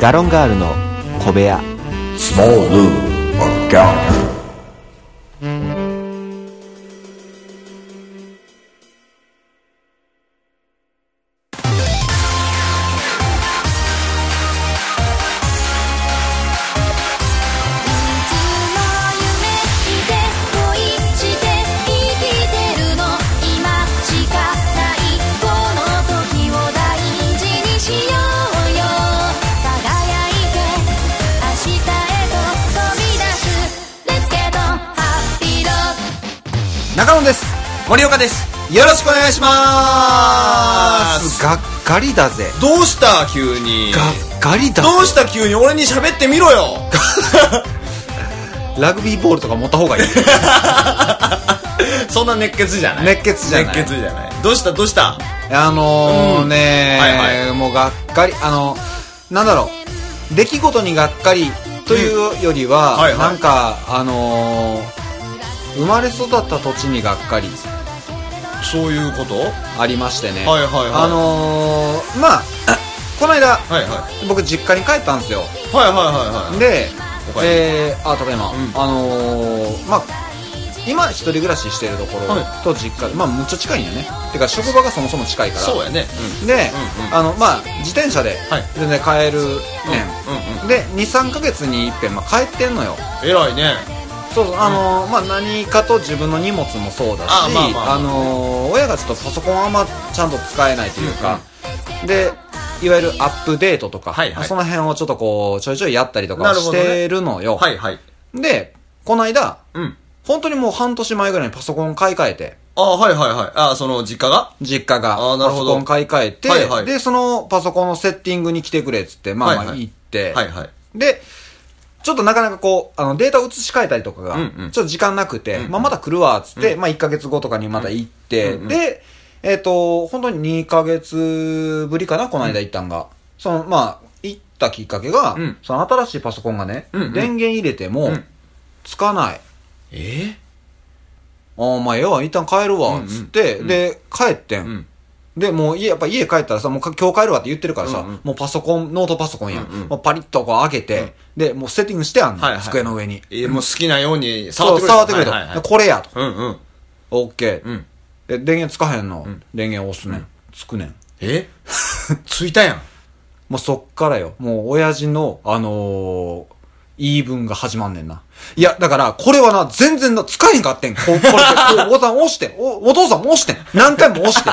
ガロンガールの小部屋 Small Lou McGallagher. いつも夢見て恋して生きてるの今しかないこの時を大事にしようよ輝いて明日へと飛び出す Let's get on happy road 中野です森岡ですよろしくお願いしますがっかりだぜどうした急にがっかりだどうした急に俺に喋ってみろよラグビーボールとか持っ た方がいいそんな熱血じゃない熱血じゃない熱血じゃないどうしたどうしたあのーねはいはもうがっかりあのなんだろう出来事にがっかりというよりうんは、はいはいなんかあのー生まれ育った土地にがっかりそういうことありましてねはいはいはいあのーまあ この間はいはい僕実家に帰ったんですよはいはいはいはいでお、かええー、あただいま、んあのー、まあ今一人暮らししてるところはと実家、まあむっちゃ近いんよねてか職場がそもそも近いからそうやねで、うんうんあのまあ自転車ではい全然帰るうんね、うんんで23か月に一遍、まあ、帰ってんのようん偉いねそうそうあのーまあ何かと自分の荷物もそうだしあまあまあまああのー親がちょっとパソコンあんまちゃんと使えないというか、でいわゆるアップデートとか、はいはいその辺をちょっとこうちょいちょいやったりとかなをるほしどねてるのよはいはいでこの間うん本当にもう半年前ぐらいにパソコン買い替えてあはいはいはいあその実家が実家があーなパるほソどコン買い替えて、はいはいでそのパソコンのセッティングに来てくれっつってまあはまあいはい行って、はいはいで、ちょっとなかなかこう、あの、データを移し替えたりとかが、うんうんちょっと時間なくて、まあ、まだ来るわ、つって、まあ、1ヶ月後とかにまた行って、で、えっ、と、本当に2ヶ月ぶりかな、この間行ったんが。その、まあ、行ったきっかけが、うんその新しいパソコンがね、うんうん電源入れても、うんつかない。えああ、まあ、ええわ、一旦帰るわ、つって、で、帰ってん。んで、もう家、やっぱ家帰ったらさ、もうか今日帰るわって言ってるからさ、うんうんもうパソコン、ノートパソコンやん。うんうんもうパリッとこう開けて、で、もうセッティングしてあんの、はいはい机の上に。えもう好きなように触っそうてくれ触ってくれと、はいはいはいでこれやと。うんうんオッケー。うんで、電源つかへんの。電源押すねん。つくねん。えついたやんもうそっからよ。もう親父の、あのー、言い分が始まんねんな。いや、だから、これはな、全然な、使えんかってん。ここれ、こうボタン押してん。お、お父さんも押してん。何回も押 してん。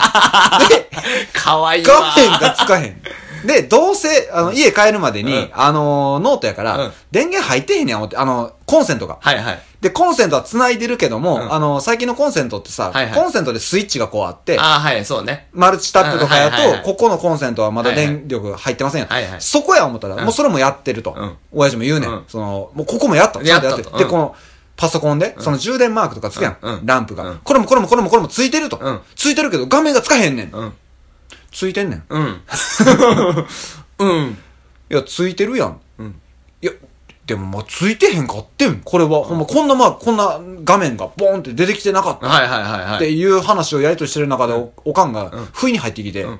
で、かわいいわ画面がつかへん。で、どうせ、あの、家帰るまでに、うんあのー、ノートやから、うん電源入ってへんねん、思って、あの、コンセントが。はいはいで、コンセントは繋いでるけども、うんあの、最近のコンセントってさ、はいはいコンセントでスイッチがこうあって、ああはいそうねマルチタップとかやと、うんはいはいはいここのコンセントはまだはいはい電力入ってませんよ。はいはいそこや思ったら、うんもうそれもやってると。うん親父も言うねん,、うんその、もうここもやった。やったとちゃんとるで、うんこの、パソコンで、その充電マークとかつけやん。うんうんランプが、うんこれもこれもこれもこれもついてると。うんついてるけど、画面がつかへんねん。うんついてんねん。うんうんいや、ついてるやん。うんいや、でもまあ、ついてへんかってん。これは、ほんま、こんなまあ、こんな画面がボーンって出てきてなかった。はいはいはいっはていいう話をやりとりしてる中でお、おかんがん、不意に入ってきてん、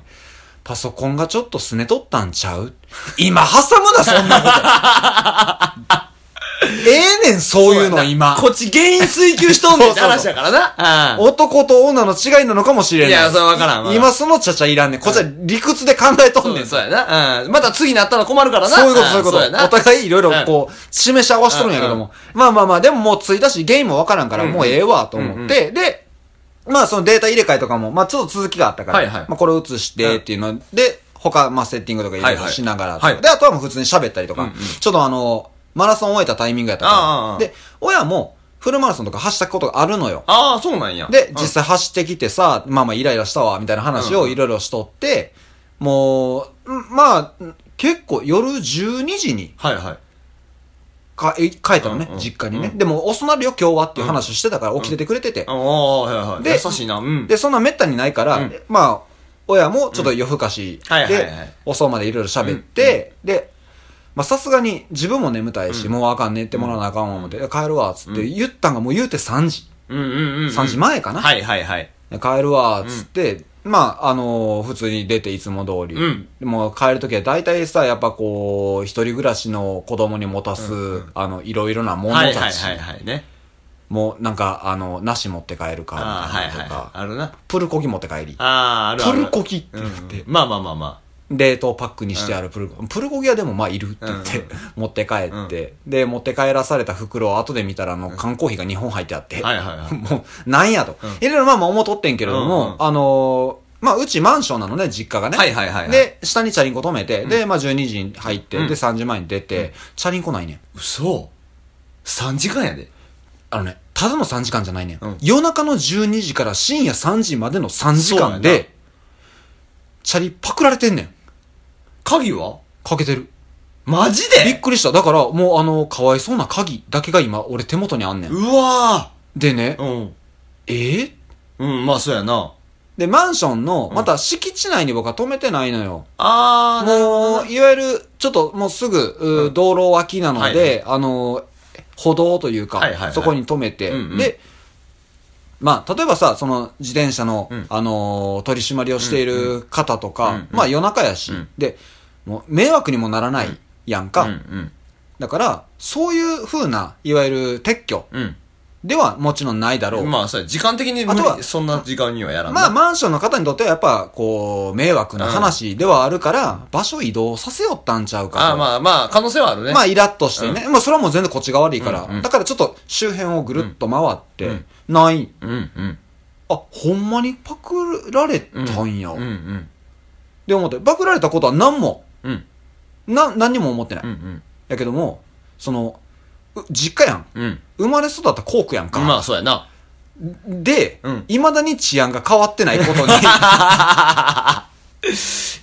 パソコンがちょっとすねとったんちゃう今挟むな、そんなこと。 ええねん、そういうの今。こっち原因追求しとん ねんってそうそ話うそやうからなうん男と女の違いなのかもしれない。いやそれわからんわからん今そのちゃちゃいらんねん。こっちは理屈で考えとそんうねん。そうやなうんまた次なったら困るからなそういうこと、そういうこんやと。なお互いいろいろこう、示し合わしとるんやけども。まあまあまあ、でももう着いたし、ゲームもわからんから、うんうんもうええわ、と思って、で、まあそのデータ入れ替えとかも、まあちょっと続きがあったから、はいはいまあこれ移してっていうので、他、まあセッティングとかいろいはいろはいしながらとはいか、で、あとはもう普通に喋ったりとうんうかん、ちょっとあの、マラソン終えたタイミングやったあああかあら、で、親もフルマラソンとか走ったことがあるのよ。ああそうなんやでう、ん実際走ってきてさ、まあまあイライラしたわ、みたいな話をいろいろしとって、もう、んまあ、ん結構夜12時にはいはいかえ帰ったのね、うんうん実家にうね。でも遅なるよ、今日はっていう話をしてたから起きててくれててあ。あはいはいで優しいなうんで、そんなめったにないから、うんまあ、親もちょっと夜更かしうんはいはいではい、遅うまでいろいろ喋って、で、まあさすがに自分も眠たいし、もうあかん寝てもらわなあかんわ思って、いや帰るわ、つって言ったんがもう言うて3時。うんうんうんうん3時前かな。はいはいはい帰るわ、つって、まあ、あのー普通に出ていつも通り。うんでも帰るときは大体さ、やっぱこう、一人暮らしの子供に持たす、あの、いろいろなものはいはたいち。はいはいね。もう、なんか、あの、梨持って帰るか、みああ、はたいいなのとはいか、はい。あるな。プルコギ持って帰り。ああ、あるある。プルコギって言ってうんまあまあまあま冷凍パックにしてあるプルコギ。プルコギはでもまあいるって言って、うん持って帰って、で、持って帰らされた袋を後で見たら、あの、缶コーヒーが2本入ってあって、はいはいはい もう、なんやと。いろいろまあまあ思うとってんけれども、うんうんあのーまあ、うちマンションなのね、実家がね。はいはいはいはいで、下にチャリンコ止めて、で、まあ、12時に入って、うんで、3時前に出て、チャリンコないねん。あ。嘘 ?3 時間やで。あのね、ただの3時間じゃないねん。うん夜中の12時から深夜3時までの3時そ間うやなで、チャリパクられてんねん。鍵はかけてる。マジびでっくりした。だから、もうあの、かわいそうな鍵だけが今、俺手元にあんねん。うわでねー、うん。えーうん、まあそうやな。で、マンションの、また敷地内に僕は止めてないのよ。あー、なるほどもう、いわゆる、ちょっともうすぐ、うー道路脇なので、はいはいあの、歩道というか、はいはいはいそこに止めて、うんうんで、まあ、例えばさ、その、自転車の、うんあのー取り締まりをしている方とか、うんうんまあ、夜中やし、うんで、もう、迷惑にもならないやんか。うんうん。だから、そういう風な、いわゆる撤去うん。ではもちろんないだろう。まあ、そうや時間的に無あとは理、そんな時間にはやらんなまあ、マンションの方にとってはやっぱ、こう、迷惑な話ではあるから、場所移動させよったんちゃうかと。あーまあまあ、可能性はあるね。まあ、イラッとしてね。まあ、それはもう全然こっちが悪いから。だからちょっと周辺をぐるっと回って、うんない。うんうん。あ、ほんまにパクられたんや。うんうん。で、思って、パクられたことは何も、うんな、何にも思ってない。うんやけども、その、う実家やん。うん。うん。生まれ育った校区やんか。まあ、そうやな。で、うん未だに治安が変わってないことに。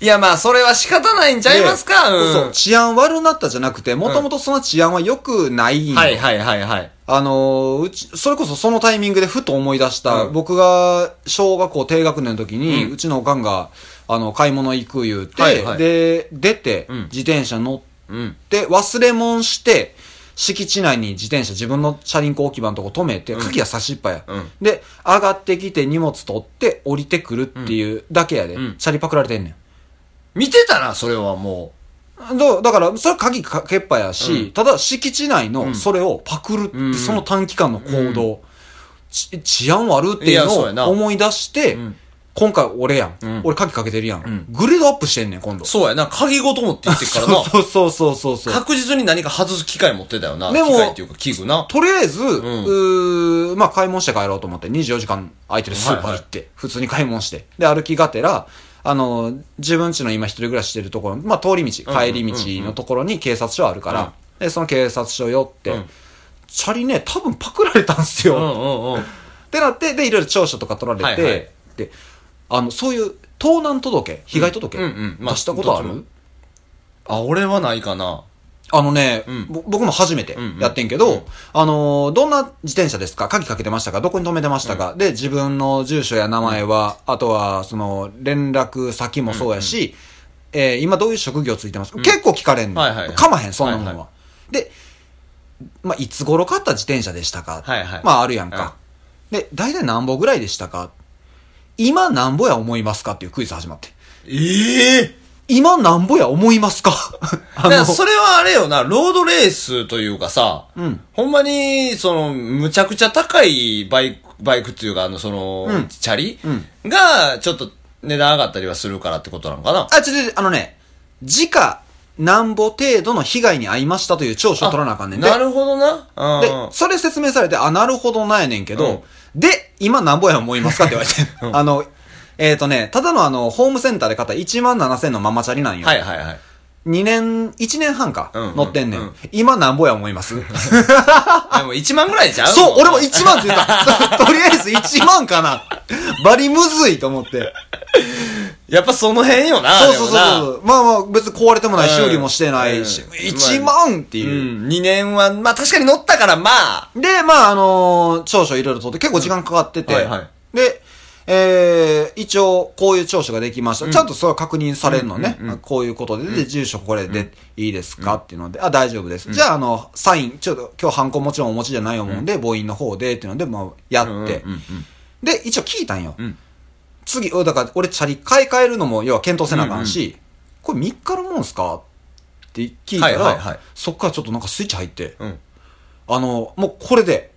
いや、まあ、それは仕方ないん ちゃいますかでうん。そう治安悪なったじゃなくて、もともとその治安は良くない、はいはいはいはい。あのーうち、それこそそのタイミングでふと思い出した、うん僕が小学校低学年の時に、うちのおかんが、あの、買い物行く言うて、はいはいで、出て、うん自転車乗っうん。て、忘れ物して、敷地内に自転車自分の車輪子置き場のとこ止めて、鍵は差しっぱや、うんで、上がってきて荷物取って降りてくるっていうだけやで、うんチャリパクられてんねん。見てたな、それはもどうだから、それは鍵かけっぱやし、うんただ敷地内のそれをパクるって、うんその短期間の行動、ち治安悪っていういやそうやのなを思い出して、ん今回俺やん,、ん俺鍵かけてるやん,、んグレードアップしてんねん、今度。う。そうやな、鍵ごと持って行ってっからな。 そうそうそうそうそう。確実に何か外す機械持ってたよな。でも機械っていうか器具な。とりあえず、うんーまあ買い物して帰ろうと思って、24時間空いてるスーパー行って、普通に買い物して。で、歩きがてら、あの、自分家の今一人暮らししてるところ、まあ通り道、んうん帰り道のところに警察署あるから、うんで、その警察署寄って、うんチャリね、多分パクられたんすよ。うんうっんうん。てなって、で、いろいろ調書とか取られて、はいはいで、あの、そういう盗難届、被害届、うんうんうんまあ出したことどっあちるもあ、俺はないかな。あのね、んぼ僕も初めてんうんやってんけど、うんあのーどんな自転車ですか鍵かけてましたかどこに止めてましたか、で、自分の住所や名前は、あとは、その、連絡先もそうやし、えー今どういう職業ついてますか、結構聞かれんの、はいはいはいかまへん、そんなものは。はいはで、まあ、いつ頃買った自転車でしたか、はいはいまあ、あるやんか。で、大体何歩ぐらいでしたか今何歩や思いますかっていうクイズ始まって。ええ今何歩や思いますか だからそれはあれよな、ロードレースというかさ、ほんまに、その、むちゃくちゃ高いバイク、バイクっていうか、あの、その、うんチャリ、うが、ちょっと値段上がったりはするからってことなのかなあ、ちょちょちょ、あのね、時価、なんぼ程度の被害に遭いましたという調書を取らなあかんねんで。なるほどな。でうん、それ説明されて、あ、なるほどなんやねんけど、で、今なんぼや思いますかって言 われて。あの、えっ、とね、ただのあの、ホームセンターで買った1万7000のママチャリなんよ。はいはいはい。 2年、1年半か、うんうん乗ってんねん。うん今なんぼや思いますあでも1万ぐらいじゃんそう、俺も1万って言った。 とりあえず1万かな。バリむずいと思って。やっぱその辺よな。そうそうそうそでもなう。まあまあ、別に壊れてもない、修理もしてないし、うん1万っていう。うん、2年は、まあ確かに乗ったから、まあ。で、まあ、あのー長所いろいろ取って、結構時間かかってて、うんはいはいで、えー、一応、こういう長所ができました。ちゃんとそれは確認されるのね。うんうんうんあこういうことで、で、住所これでいいですか、っていうので、あ、大丈夫です。じゃあ、あの、サイン、ちょっと今日ハンコもちろんお持ちじゃない思うんで、母音の方で、っていうので、まあ、やって、うんうんうんで、一応聞いたんよ。うん次、おだから俺チャリ買い替えるのも、要は検討せなあかんし、これ3日のもんすかって聞いたはら、いはいはいそっからちょっとなんかスイッチ入って、うん。あの、もうこれで、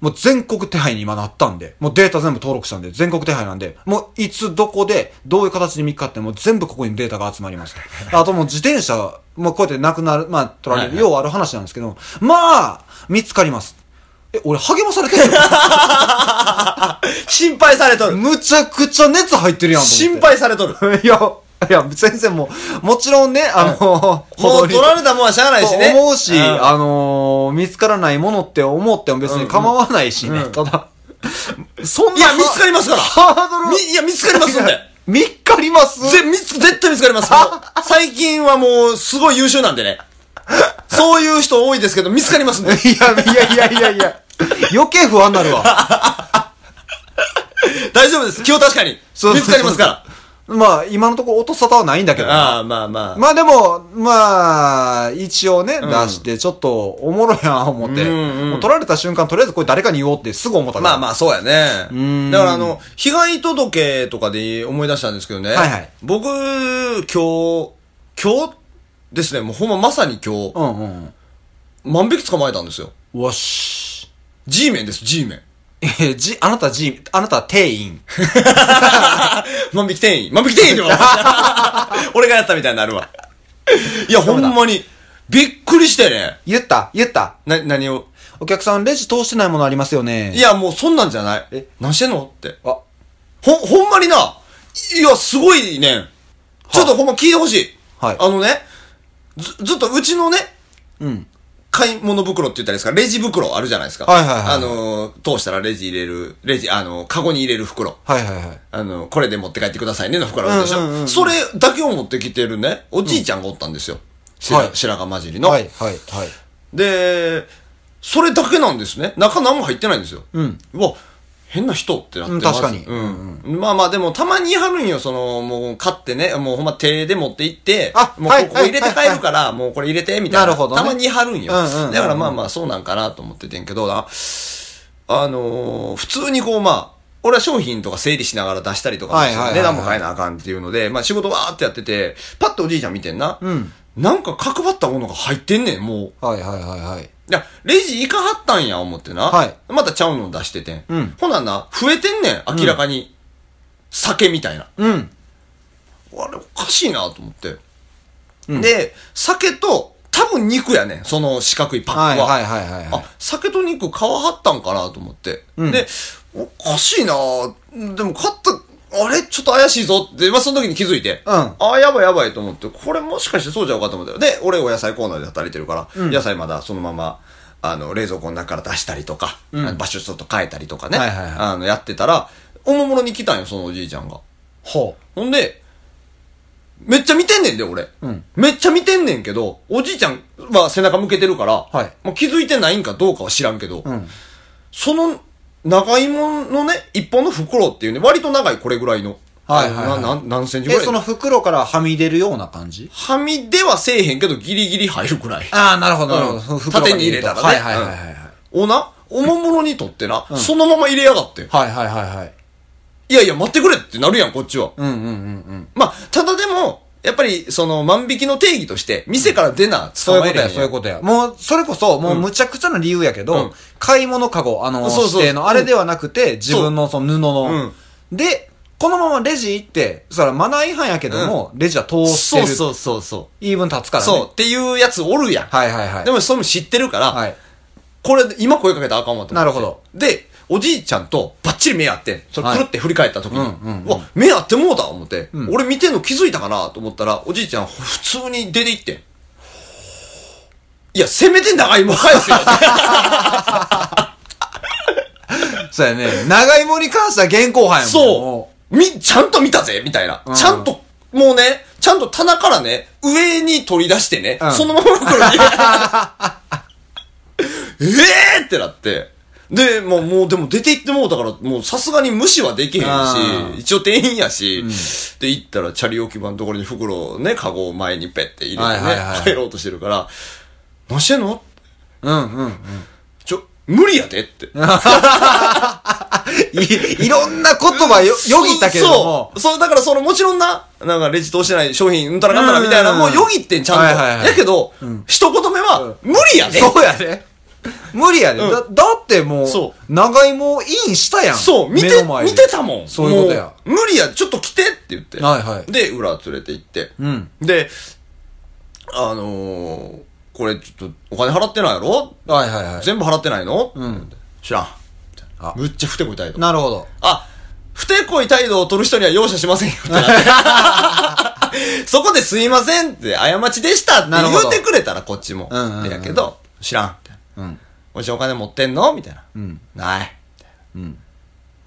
もう全国手配に今なったんで、もうデータ全部登録したんで、全国手配なんで、もういつどこで、どういう形で見日ってもう全部ここにデータが集まりま した。あともう自転車、もうこうやってなくなる、まあ取られる、はいはようある話なんですけど、まあ、見つかります。え、俺励まされてるよ 心配されとる。むちゃくちゃ熱入ってるやんと思って。心配されとる。いや、いや、全然もう、もちろんね、あの、もほどうに取られたもんはしゃあないしね。と思うし、んあのー見つからないものって思っても別に構わないしね、ただ、そんな。いや見つかりますからハードル。みいや、見つかりますんで。見っかりますぜ、見つ、絶対見つかります。もう最近はもう、すごい優秀なんでね。そういう人多いですけど、見つかりますんで。いや、いやいやいやいや。 余計不安にな るわ。大丈夫です。気を確かに。そう見つかりますから。まあ、今のところ音沙汰はないんだけどな。ああ、まあまあ。まあでも、まあ、一応ね、出して、ちょっと、おもろいな、思って。うんうんもう取られた瞬間、とりあえずこれ誰かに言おうってすぐ思ったまあまあ。あ、そうやね。だからあの、被害届とかで思い出したんですけどね。はいはい僕、今日、今日ですね、もうほんままさに今日、うんうん。万引き捕まえたんですよ。うわっし。 G メンです、G メン。えー、じ、あなた G、あなた定員。万引き店員。万引き店員でも 俺がやったみたいになるわ。いや、ほんまに、びっくりしてね。言った言ったな、何を。お客さん、レジ通してないものありますよね。いや、もうそんなんじゃない。え何してんのって。あ、ほ、ほんまにな、いや、すごいね。ちょっとほんま聞いてほしい。はいあのね、ず、ずっとうちのね、うん。買い物袋って言ったらいいですか、レジ袋あるじゃないですか。はいはいはいあのー、通したらレジ入れる、レジ、あのー、カゴに入れる袋。はいはいはい。あのー、これで持って帰ってくださいねの袋あるでしょ、うんうんうんうんそれだけを持ってきてるね、おじいちゃんがおったんですよ。白はい白髪混じりの。はいはいはい。で、それだけなんですね。中何も入ってないんですよ。うん。わ、変な人ってなってうんます確かにうん。まあまあでも、たまにやるんよ、その、もう、買ってね、もうほんま手で持って行って、あもうはいここ入れて帰るから、もうこれ入れて、みたいな。なるほどねたまにやるんよ。うんうんうんだからまあまあ、そうなんかなと思っててんけど、ああのー普通にこう、まあ、俺は商品とか整理しながら出したりとか、はいはいはいはい値段も変えなあかんっていうので、まあ仕事わーってやってて、パッとおじいちゃん見てんな。んなんか角張ったものが入ってんねん、もう。はいはいはいはい。いや、レジ行かはったんや、思ってな。はいまたちゃうの出しててん。うんほなな、増えてんねん、明らかに。酒みたいな。うん。あれ、おかしいなと思って。で、酒と、多分肉やねん、その四角いパックは。はいはいはいはいはい。あ、酒と肉買わはったんかなと思って。うんで、おかしいなでも買った、あれちょっと怪しいぞって、まあ、その時に気づいて。うんああ、やばいやばいと思って、これもしかしてそうじゃうかと思って。で、俺お野菜コーナーで働いてるから、野菜まだそのまま、あの、冷蔵庫の中から出したりとか、あの場所ちょっと変えたりとかね、はいはいはいあの、やってたら、おもむろに来たんよ、そのおじいちゃんが。ほほんで、めっちゃ見てんねんで、俺。うんめっちゃ見てんねんけど、おじいちゃんは背中向けてるから、はいもう気づいてないんかどうかは知らんけど、う。うん。その長芋のね、一本の袋っていうね、割と長いこれぐらいの。はいはいはいあのななん何センチぐえ、らいその袋からはみ出るような感じはみ出はせえへんけど、ギリギリ入るぐらい。ああ、なるほうん縦に入れたらね。はいはいはいはいはい。おな、おもむろにとってな、そのまま入れやがって。はいはいはいはい。いやいや、待ってくれってなるやん、こっちは。うんうんうんまあ、ただでも、やっぱり、その、万引きの定義として、店から出な、そういうこれとや、そういうことや。もう、それこそ、もうむちゃくちゃな理由やけど、うん買い物カゴ、あの、そうそう指定の、あれではなくて、自分のその布の、で、このままレジ行って、そらマナー違反やけども、レジは通してそる。うそうそうそう。言い分立つからね。そう、っていうやつおるやん。はいはいはい。でも、それも知ってるから、はい。これ、今声かけたらあかんわと思って。なるほど。で、おじいちゃんとバッチリ目合って、それはいくるって振り返った時に、うんうんうんうわ、目合ってもうだ思って、ん俺見てんの気づいたかなと思ったら、おじいちゃん普通に出て行ってん。いや、せめて長いも早いですよ。そうやね。長芋に関しては現行犯やもん。そもう。み、ちゃんと見たぜみたいな。ちゃんと、もうね、ちゃんと棚からね、上に取り出してね、うんそのまま袋 に。ええーってなって。で、もう、もう、でも出て行ってもうだから、もうさすがに無視はできへんあーし、一応店員やし、で、行ったらチャリ置き場のところに袋をね、カゴを前にペッて入れてね、はいはいはい帰ろうとしてるから、何してんのう。うんうんうん。ちょ、無理やでって。いい ろんな言葉よ、よぎったけれどもそ。う。そう、だからその、もちろんな、なんかレジ通してない商品、うんたらかんたらみたいな、うんもうよぎってん、ちゃんと。はいはいはいやけど、一言目は、無理やで。そうやね。無理やね。うんだ、だっても、そう長芋をインしたやん。そう、見目て、の前見でてたもん。そういうことやも。無理や、ちょっと来てって言って。はいはいで、裏連れて行って。んで、あのー、これちょっとお金払ってないやろはいはいはい。全部払ってないのうん。知らん。あむっちゃふてこい態度。なるほど。あ、不てこい態度を取る人には容赦しませんよ ってなってそこですいませんって、過ちでしたってなるほ言どうてくれたらこっちも。うんうんうんうんやけど、知らん。みたいな。うんおじお金持ってんのみたいな。んない。うん。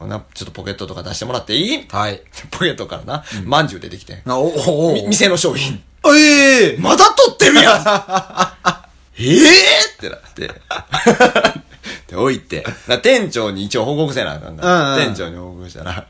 な、ちょっとポケットとか出してもらっていいはい。ポケットからな、まんじゅう出てきてん。なお、お、お。み店の商品。ええまだ取ってる やんええってなって。 で、置いて。な店長に一応報告せなあかんから。うんうん店長に報告したら、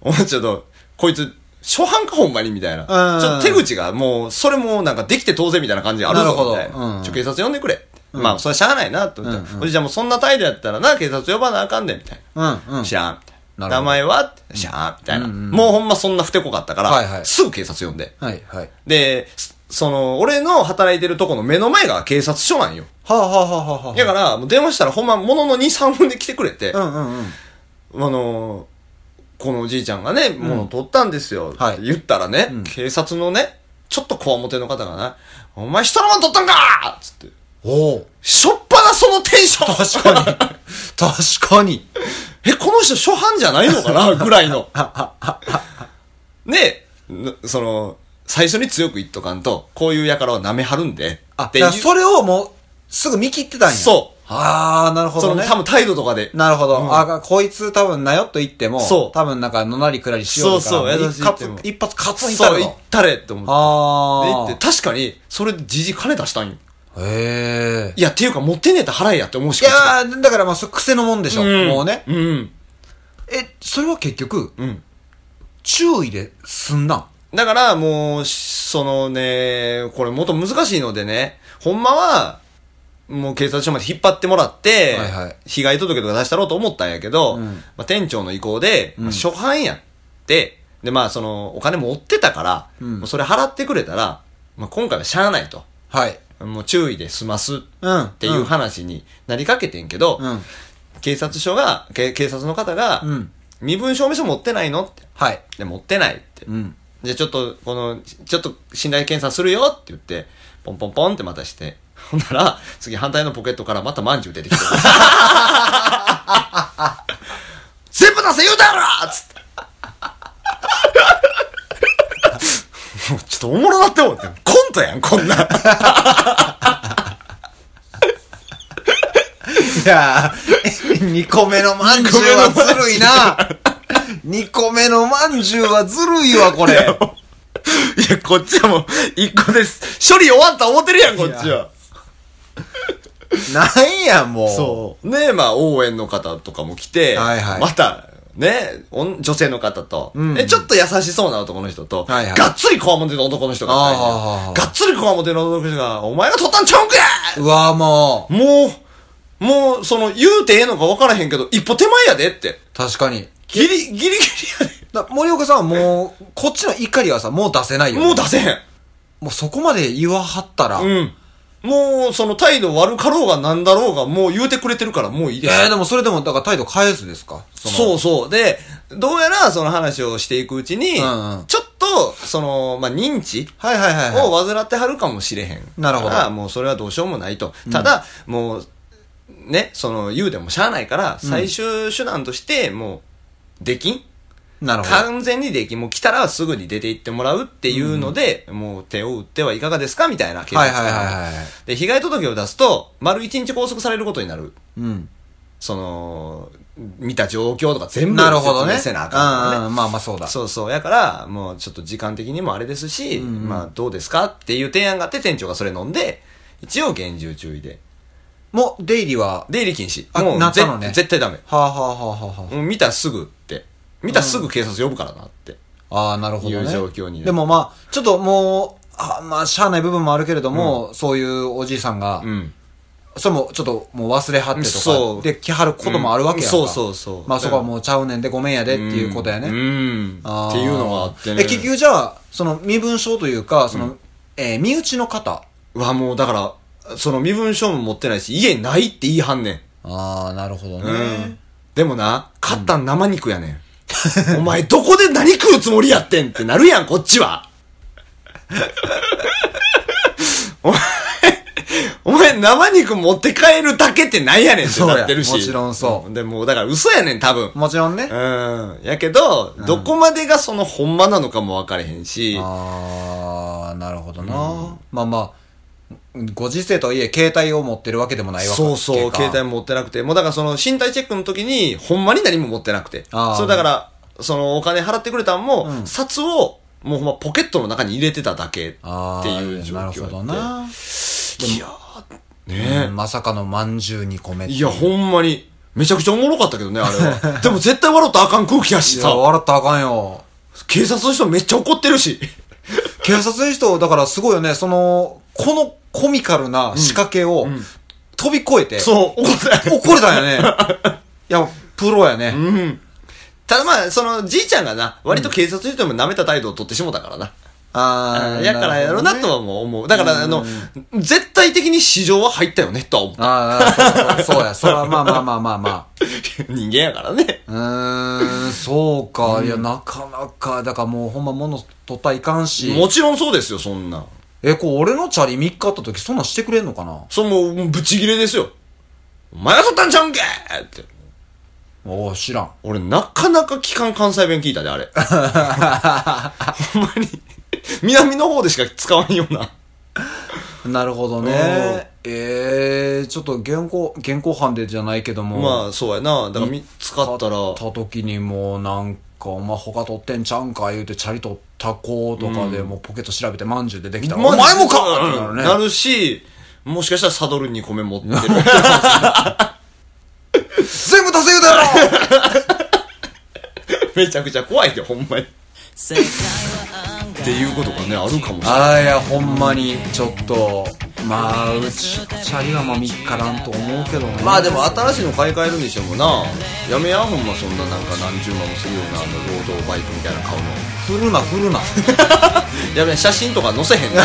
お前ちょっと、こいつ、初犯かほんまにみたいな。うんうんちょっと手口がもう、それもなんかできて当然みたいな感じがあるなるぞほどみたいな。うんちょ、警察呼んでくれ。まあ、それしゃあないな、と思って。おじちゃんもうそんな態度やったらな、警察呼ばなあかんねん、みたいな。うんうん知らん。みたないるなほど名前は知らん。みたいな。もうほんまそんなふてこかったから、はいはいすぐ警察呼んで。はいはい。で、そその、俺の働いてるとこの目の前が警察署なんよ。はあ、はあはあはあ、だから、もう電話したらほんま、ものの2、3分で来てくれて、うんうんうん。あのーこのおじいちゃんがね、物取ったんですよ。はいって言ったらね、警察のね、ちょっとこわもての方がな、お前人のもん取ったんかつって、おお。しょっぱなそのテンション確かに。確か に。え、この人初犯じゃないのか なぐらいの。で、ぬその、最初に強く言っとかんと、こういう輩を舐めはるんで。あ、ってだいかうらそれをもう、すぐ見切ってたんや。。そうああ、なるほそどの、ね。多分態度とかで。なるほど。うんあ、こいつ多分なよと言っても、そう多分なんかのなりくらりしようからそうそう優しいっ一て発も、一発カツンいったそう、行のっ。たれって思って。で行あって、確かに、それでじじ金出したんよ。あ。へえ。いや、っていうか、持ってねえと払えやって思うしいかなやー、だからまあ、それ癖のもんでしょ。い。んもうね。うん。え、それは結局、うん。注意で済んだんだから、もう、そのね、これもっと難しいのでね、ほんまは、もう警察署まで引っ張ってもらって、はいはい被害届とか出したろうと思ったんやけど、うんまあ、店長の意向で、まあ初犯やって、で、まあ、その、お金も追ってたから、んもうそれ払ってくれたら、まあ、今回はしゃあないと。はい。もう注意で済ますっうん。っていう話になりかけてんけど、うん。警察署が、け警察の方が、うん身分証明書持ってないのって。はい。で、持ってないって。うん。じゃあちょっと、この、ちょっと信頼検査するよって言って、ポンポンポンってまたして。 ほんなら、次反対のポケットからまたまんじゅう出てきて。全部出せ言うたやろつって。もう ちょっとおもろなって思って。コントやん、こんなん。いやー、2個目のまんじゅうはずる いな。2個目のまんじゅうはずる いわ、これ。いや、こっちはもう、一個です。処理終わった思ってるやん、こっちいはや。なんや、もう。そう。ねまあ、応援の方とかも来て、はいはいまた、ね、おん女性の方と、んえちょっと優しそうな男の人と、はいはいがっつりこわもての男の人がいたんやあーはーはーはーがっつりこわもての男の人が、お前が取ったんちゃうんかう。うわー、もう。もう、もう、その、言うてええのか分からへんけど、一歩手前やでって。確かに。ギリ、ギリギリやだ森岡さんはもう、こっちの怒りはさ、もう出せないで。よ。もう出せへん。もうそこまで言わはったら。うん。もう、その態度悪かろうがなんだろうが、もう言うてくれてるから、もういいいです。やいやでもそれでも、だから態度返すですか。そううそう。で、どうやらその話をしていくうちに、うんうんちょっと、その、まあ、認知はいはいはい、はい。を患ってはるかもしれへん。なるほどからもうそれはどうしようもないと。ただ、もう、ね、その、言うでもしゃあないから、最終手段として、もう、できんなるほど。完全にできん。もう来たらすぐに出て行ってもらうっていうので、もう手を打ってはいかがですかみたいな警は察いはい官はいはい。で、被害届を出すと、丸一日拘束されることになる。うん。その、見た状況とか全部なるほどね。説明せなあかんからうんね。うん、まあまあそうだ。そうそう。やから、もうちょっと時間的にもあれですし、んうんまあどうですかっていう提案があって店長がそれ飲んで、一応厳重注意で。もう、出入りは、出入り禁止。あもうなったぜのね絶対ダメ。はあ、はあはあはあはもう見たらすぐって。見たらすぐ警察呼ぶからなって。あ、ああ、なるほど、いね。う状況にねでもまあ、ちょっともう、あまあ、しゃあない部分もあるけれども、そういうおじいさんが、うん。それもちょっともう忘れはってとそかうで来はることもあるわけやんか、うんそうそうそうまあそこはもうちゃうねんでごめんやでってていうことやね、うん。あーっていうのがあってね。え、結局じゃあ、その身分証というか、その、えー身内の方。はもうだから、その身分証も持ってないし、家ないって言いはんねん。ああ、なるほどね。うん。でもな、買ったん生肉やねん。お前どこで何食うつもりやってんってなるやん、こっちは。お前、お前生肉持って帰るだけってないやねんってそうやなってるし。もちろんそうう。でも、だから嘘やねん、多分。もちろんね。うん。やけど、どこまでがそのほんまなのかも分かれへんし。ああ、なるほどな、まあまあ、ご時世とはいえ、携帯を持ってるわけでもないわけかそうそう、携帯持ってなくて。もうだからその身体チェックの時に、ほんまに何も持ってなくて。あーそうだから、そのお金払ってくれたんも、ん札を、もうほんまポケットの中に入れてただけってああ、いう状況なるほどな。いやー、ねえ、うんまさかのまんじゅう2個目ってう。いや、ほんまに、めちゃくちゃおもろかったけどね、あれ は。でも絶対笑ったらあかん空気やしいやさ、笑ったらあかんよ。警察の人めっちゃ怒ってるし。警察の人、だからすごいよね、その、このコミカルな仕掛けを、飛び越えて、そう、 怒って怒れ たんやね。いや、プロやね。うん。ただまあ、その、じいちゃんがな、割と警察の人にも舐めた態度を取ってしもたからな。あああ、ーやからやろなとはもう思う。だから、あの、絶対的に市場は入ったよね、とは思う。ああ、そうそうそうや。それはまあまあまあまあま 人間やからね。あ。うーん、そうか。いや、なかなか、だからもうほんま物取ったらいかんし。もちろんそうですよ、そんな。え、こう、俺のチャリ3日あった時、そんなんしてくれんのかなそれもう、もうブチギレですよ。お前が取ったんちゃうんけって。おー、知らん。俺、なかなか期間関西弁聞いたで、 あれ。ほんまに。南の方でしか使わんような。なるほどね。えー、ちょっと現行、現行犯でじゃないけども。まあ、そうやな。だからみ、使ったら。た時にもうなんか、お前他取ってんちゃうんか言うて、チャリ取った子とかで、もうポケット調べてまんじゅう出てきたら、お前もかってなるね。なるし、もしかしたらサドル2個目持ってる。全部出せるだろ めちゃくちゃ怖いよ、ほんまに。っていうことがね、あるかもしれない。ああいやほんまにちょっとまあうちチャリはまあ3日らんと思うけどねまあでも新しいの買い替えるにしてもな、やめや、ほんまそんななんか何十万もするようなあのロードバイクみたいな買うの。振るな振るなやめ、写真とか載せへんね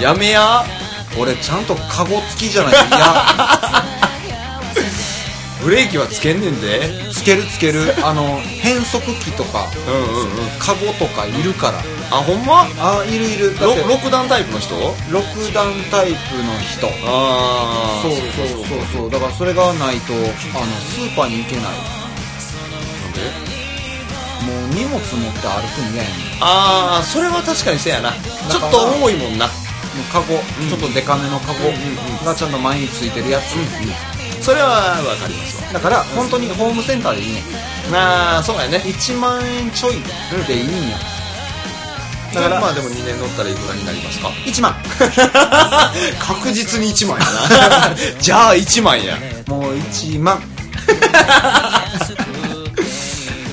やめや。 俺ちゃんとカゴ付きじゃ ないといやブレーキはつけんねんで。つけるつけるあの変速機とかうんうんうん。カゴとかいるからあ、ほんまあいるいるだっろて六段タイプの人6段タイプの人あそうそうそうそうだからそれがないとあのスーパーに行けないもう荷物持って歩くん嫌やねんああ、それは確かにせやな。ちょっと重いもんな。カゴ、ちょっとデカめのカゴがちゃんと前についてるやつ、それはわかりますわ。だから本当にホームセンターでいいねまあ、そうやね。 1万円ちょいでいいんやだからまあでも2年乗ったらいくらになりますか1万確実に1万 やなじゃあ1万やもう1万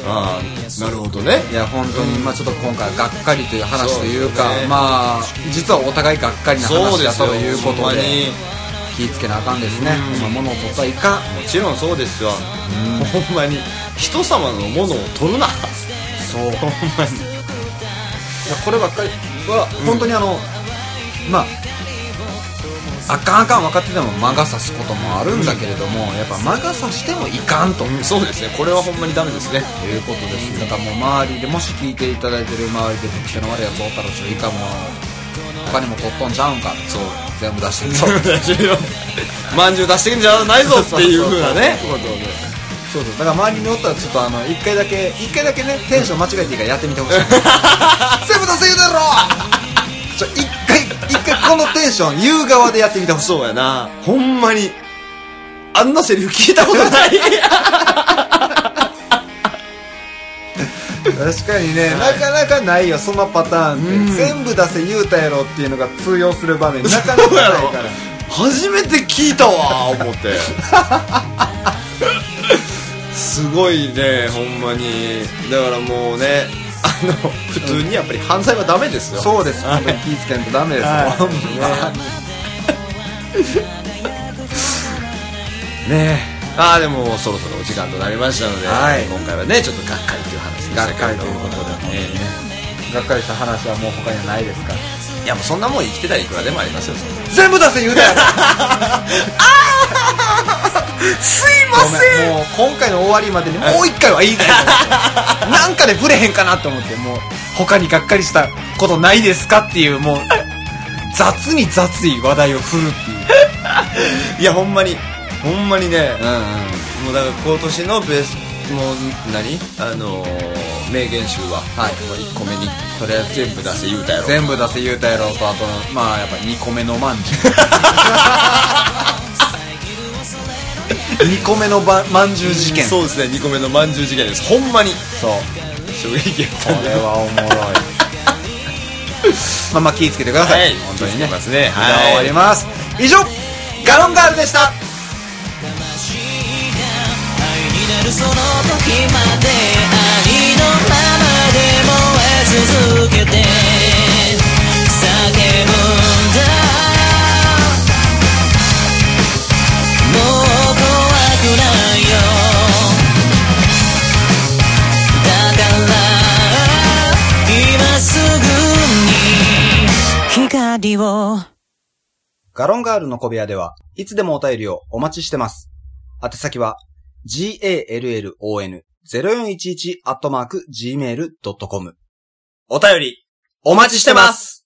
ああなるほどねいや本当に、まあちょっと今回はがっかりという話というかそうですねまあ実はお互いがっかりなそう話でだっすよたというこほとんまでに気ぃつけなあかんですね、まあ、物を取ったらいかもんちろんそうですよほんまに人様のものを取 るなそうほんまにこればっかりは本当にあの、まああかんあかん分かってても魔が差すこともあるんだけれども、やっぱ魔が差してもいかんと、うんそうですねこれはほんまにダメですねということですだからもう周りでもし聞いていただいてる周りで僕手の悪いやつおったらちょいかも他にも取っとんちゃうんかそう全部出してみそうまんじゅう出してくんじゃないぞっていう ふうなねそうそうそうそうだから周りにおったらちょっとあの一回だけ一回だけねテンション間違えていいからやってみてほし い全部出せ言うだろちょ一回一回このテンション言う側でやってみてほしいそうやなほんまにあんなセリフ聞いたことない確かにね、なかなかないよそのパターンって、全部出せ言うたやろっていうのが通用する場面なかなかそうやないろから初めて聞いたわ思ってすごいねほんまにだからもうねあの普通にやっぱり犯罪はダメですよそうです本当に気ぃつけんとダメですよ、ほんまにねああでもそろそろお時間となりましたので、はい今回はねちょっとがっかりという話えでしがたっけかれりどというもことで本当にねねがっかりした話はもう他にはないですからいやもうそんなもん生きてたらいくらでもありますよ全部出せ言うたやろすいまごめんもう今回の終わりまでにもう一回は言いたいと思ってなんかで触れへんかなと思ってもう他にがっかりしたことないですかっていうもう雑に雑い話題を振るっていう いやほんまにほんまにね、うもうだから今年のベースもう何あのー、名言集は、はい、1個目にとりあえず全部出せ言うたやろ全部出せ言うたやろうとあとまあやっぱ2個目のまんじ ゅう2個目のばまんじゅう事件そうですね2個目のまんじゅう事件ですほんまにそう衝撃やったこんでれはおもろいまあまあ気ぃつけてください、はい本当にね気ぃつけますねじゃあ終わります以上ガロンガールでした愛になるその時まで愛のままで燃え続けて叫ぶんだもう怖くないよだから今すぐに光をガロンガールの小部屋では、いつでもお便りをお待ちしてます。宛先は、gallon0411-gmail.com。お便りお待ちしてます